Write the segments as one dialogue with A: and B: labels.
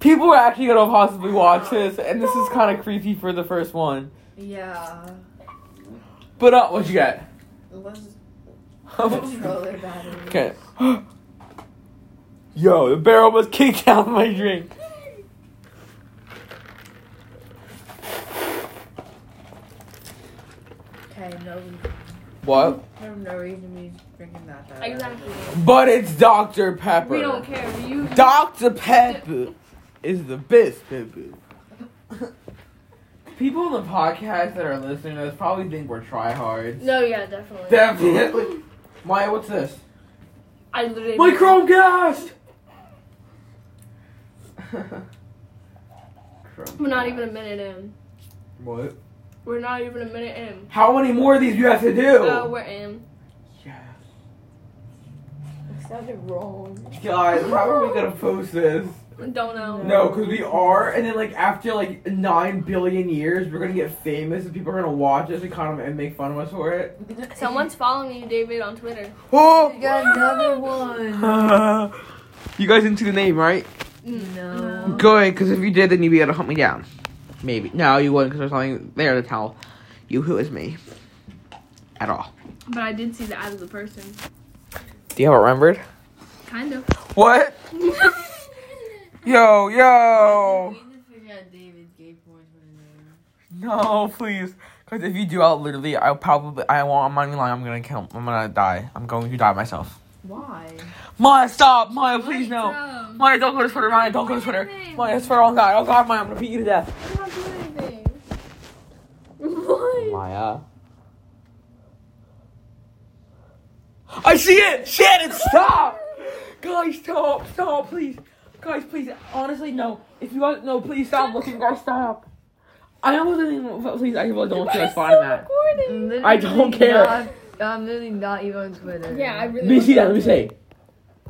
A: people are actually gonna possibly watch this, and this is kind of creepy for the first one.
B: Yeah.
A: But uh, what you got?
B: Let's controller battery.
A: okay. Yo, the barrel was kicked out of my drink.
B: Okay, no reason.
A: What?
B: I have no reason to be drinking that. though.
C: Exactly.
A: But it's Dr. Pepper.
C: We don't care. You.
A: Dr. Pepper is the best Pepper. People in the podcast that are listening to us probably think we're tryhards.
C: No, yeah, definitely.
A: Definitely. Maya, what's this?
C: I literally.
A: My Chromecast!
C: We're not even a minute in.
A: What?
C: We're not even a minute in.
A: How many more of these do you have to do?
C: Uh, we're in.
A: yes.
B: It sounded wrong.
A: Guys, how are we gonna post this?
C: Don't know.
A: No, because we are, and then like after like nine billion years, we're gonna get famous, and people are gonna watch us and kind of and make fun of us for it.
C: Someone's following you, David, on Twitter.
A: Oh,
B: We got another one.
A: you guys didn't see the name, right?
B: No.
A: Good, because if you did, then you'd be able to hunt me down. Maybe. No, you wouldn't, because there's nothing there to tell you who is me. At all.
C: But I did see the ad of the person.
A: Do you have it remembered?
C: Kind of.
A: What? Yo, yo!
B: We need to figure out David's gay boyfriend name.
A: No, please. Because if you do, I'll literally, I'll probably, I won't, I'm not even lying, I'm gonna kill, I'm gonna die. I'm going to die myself.
B: Why?
A: Maya, stop! Maya, please, no!
C: um,
A: Maya, don't go to Twitter, Maya, don't go to Twitter. Maya, I swear on God, oh God, Maya, I'm gonna beat you to death.
C: I'm not doing anything. What?
A: Maya. I see it! Shit, it stop! guys, stop, stop, please. Guys, please, honestly, no. If you guys, no, please stop looking, guys, stop. I almost didn't even, please, I really don't
C: Why
A: feel
C: is
A: like
C: it
A: finding
C: still
A: that.
C: recording?
B: I'm
A: I don't
B: literally
A: care.
B: not- I'm literally not even on Twitter.
C: Yeah, I
A: Let
C: really.
A: me see that, let me see.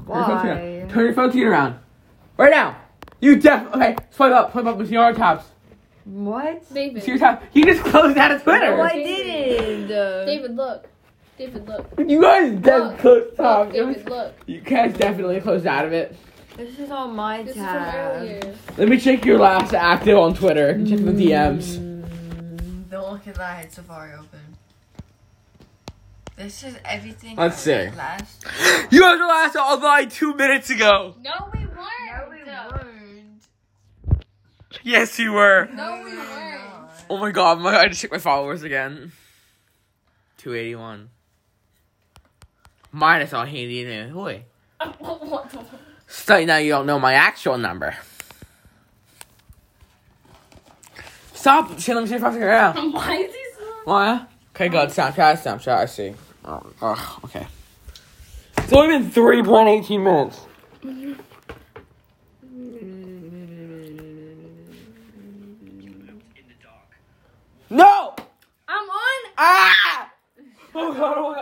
B: Why?
A: Turn your phone to you around. Right now. You def, okay, swipe up, swipe up, you see our tops.
B: What?
A: You
C: David.
A: see your tops. You just closed out of
B: No,
A: Twitter.
B: I didn't.
C: David, look. David, look.
A: You guys
C: Look,
A: def closed
C: Look,
A: top.
C: David, look.
A: You guys definitely closed out of it.
B: This is on my
C: This is from
B: tab.
C: earlier.
A: Let me check your last active on Twitter. Check the DMs.
B: Mm, Don't look at that. I had Safari open. This is everything.
A: Let's
B: I did
A: see.
B: Last.
A: You guys were last online two minutes ago.
C: No, we weren't.
B: weren't.
A: Yes, you were.
C: No, we
B: we
C: weren't.
A: Oh my god, my, I just checked my followers again. 281. Minus all handy and hoy.
C: What the fuck?
A: So now you don't know my actual number. Stop! Shit, let me see if I figure it out.
C: Why is he so?
A: Why? Okay, good. Snapchat, Snapchat, I see. Oh, ugh, okay. It's only been 3.18 minutes. No!
C: I'm on.
A: Ah! Oh god, oh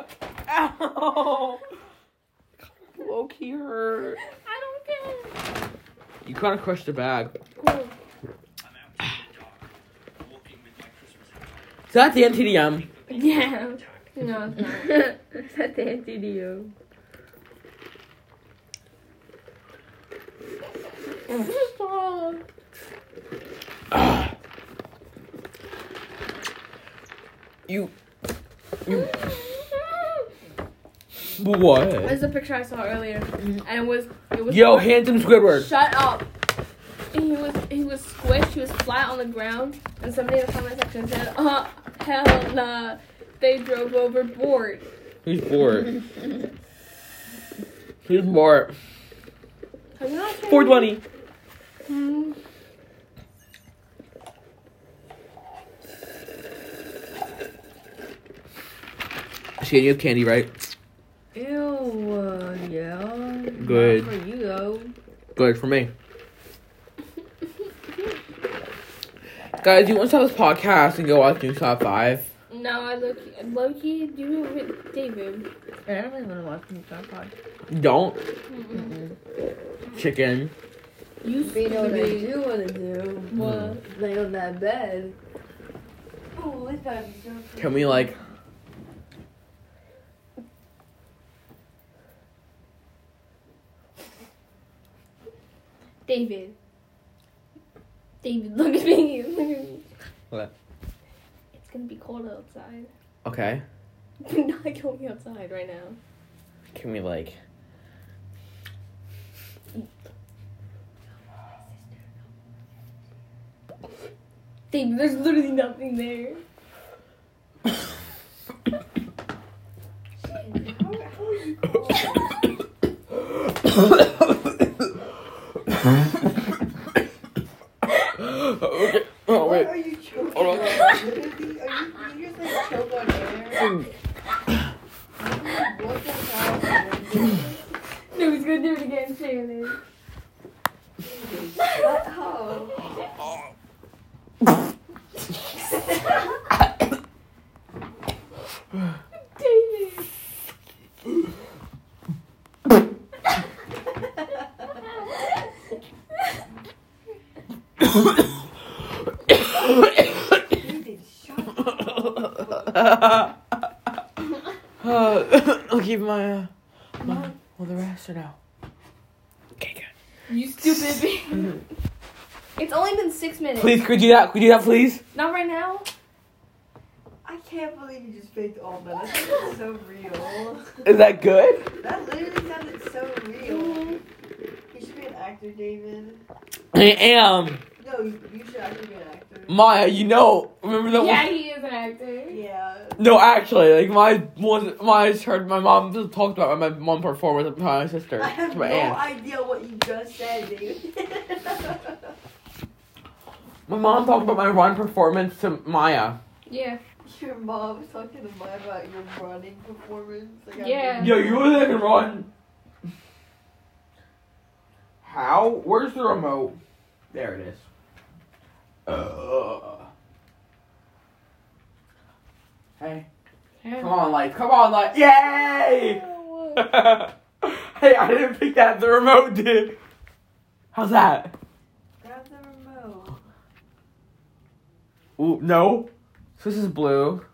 A: god. Ow! Low key hurt.
C: I don't care.
A: You kind of crushed the bag.
C: Cool.
A: Is that the MTDM?
C: Yeah. No, it's
B: Is that the anti-DO?
C: not.
A: You. What?
C: There's a picture I saw earlier, and it was it was.
A: Yo, handsome Squidward.
C: Shut up. He was he was squished. He was flat on the ground, and somebody in the comment section said, "Uh, hell nah, they drove overboard."
A: He's bored. He's bored.
C: Have you not seen-
A: 420.
C: Hmm.
A: She gave you candy, right?
B: Ew. Uh, yeah.
A: Good.
B: Not for you though.
A: Good for me. Guys, you want to stop this podcast and go watch New Top 5?
C: No, I look Loki. Do you with David?
B: I don't really want to watch me talk pod.
A: Don't.
C: Mm-mm.
A: Chicken.
B: You
C: They know what I
B: do want to do.
C: What?
B: Lay on that bed. Oh, this guy's so
A: Can we, like.
C: David. David, look at me. Look at me.
A: What?
C: It's gonna be cold outside.
A: Okay.
C: We're not going outside right now.
A: Can we like?
C: David, there's literally nothing there.
A: okay. Oh
B: What
A: wait.
B: are you choking
A: Hold on.
B: on? Literally, Are you, you just like choke on air? What the hell?
C: No, he's gonna do it again, Shannon.
B: Shut up.
C: David.
B: David, shut up.
A: I'll keep my, uh, my well the rest are now. Okay, good.
C: You stupid bitch. It's only been six minutes.
A: Please, could you do that? Could you do that, please?
C: Not right now.
B: I can't believe you just faked all that. That sounded so real.
A: Is that good?
B: That literally sounded so real. You should be an actor, David.
A: I am
B: No, you, you should actually be an actor.
A: Maya. You know, remember that
C: Yeah,
A: one?
C: he is an actor.
B: Yeah.
A: No, actually, like my was my heard my mom just talked about my mom performed with my sister
B: I have
A: to
B: no
A: my aunt.
B: idea what you just said, David.
A: My mom talked about my run performance to Maya.
C: Yeah.
B: your mom was talking to mine about your running performance. Like, I
C: Yeah.
B: didn't-
A: Yo, you were there to run. How? Where's the remote? There it is. Uh. Hey, come on, light. Come on, light. Yay! hey, I didn't pick that. The remote did. How's that?
B: Grab the remote.
A: Ooh, no. So this is blue.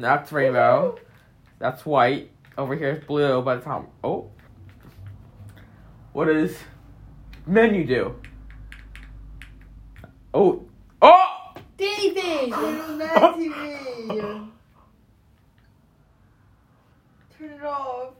A: That's rainbow. That's white. Over here is blue, but it's not. Oh. What does menu do? Oh. Oh!
C: David.
B: Little Matt TV. Turn it off.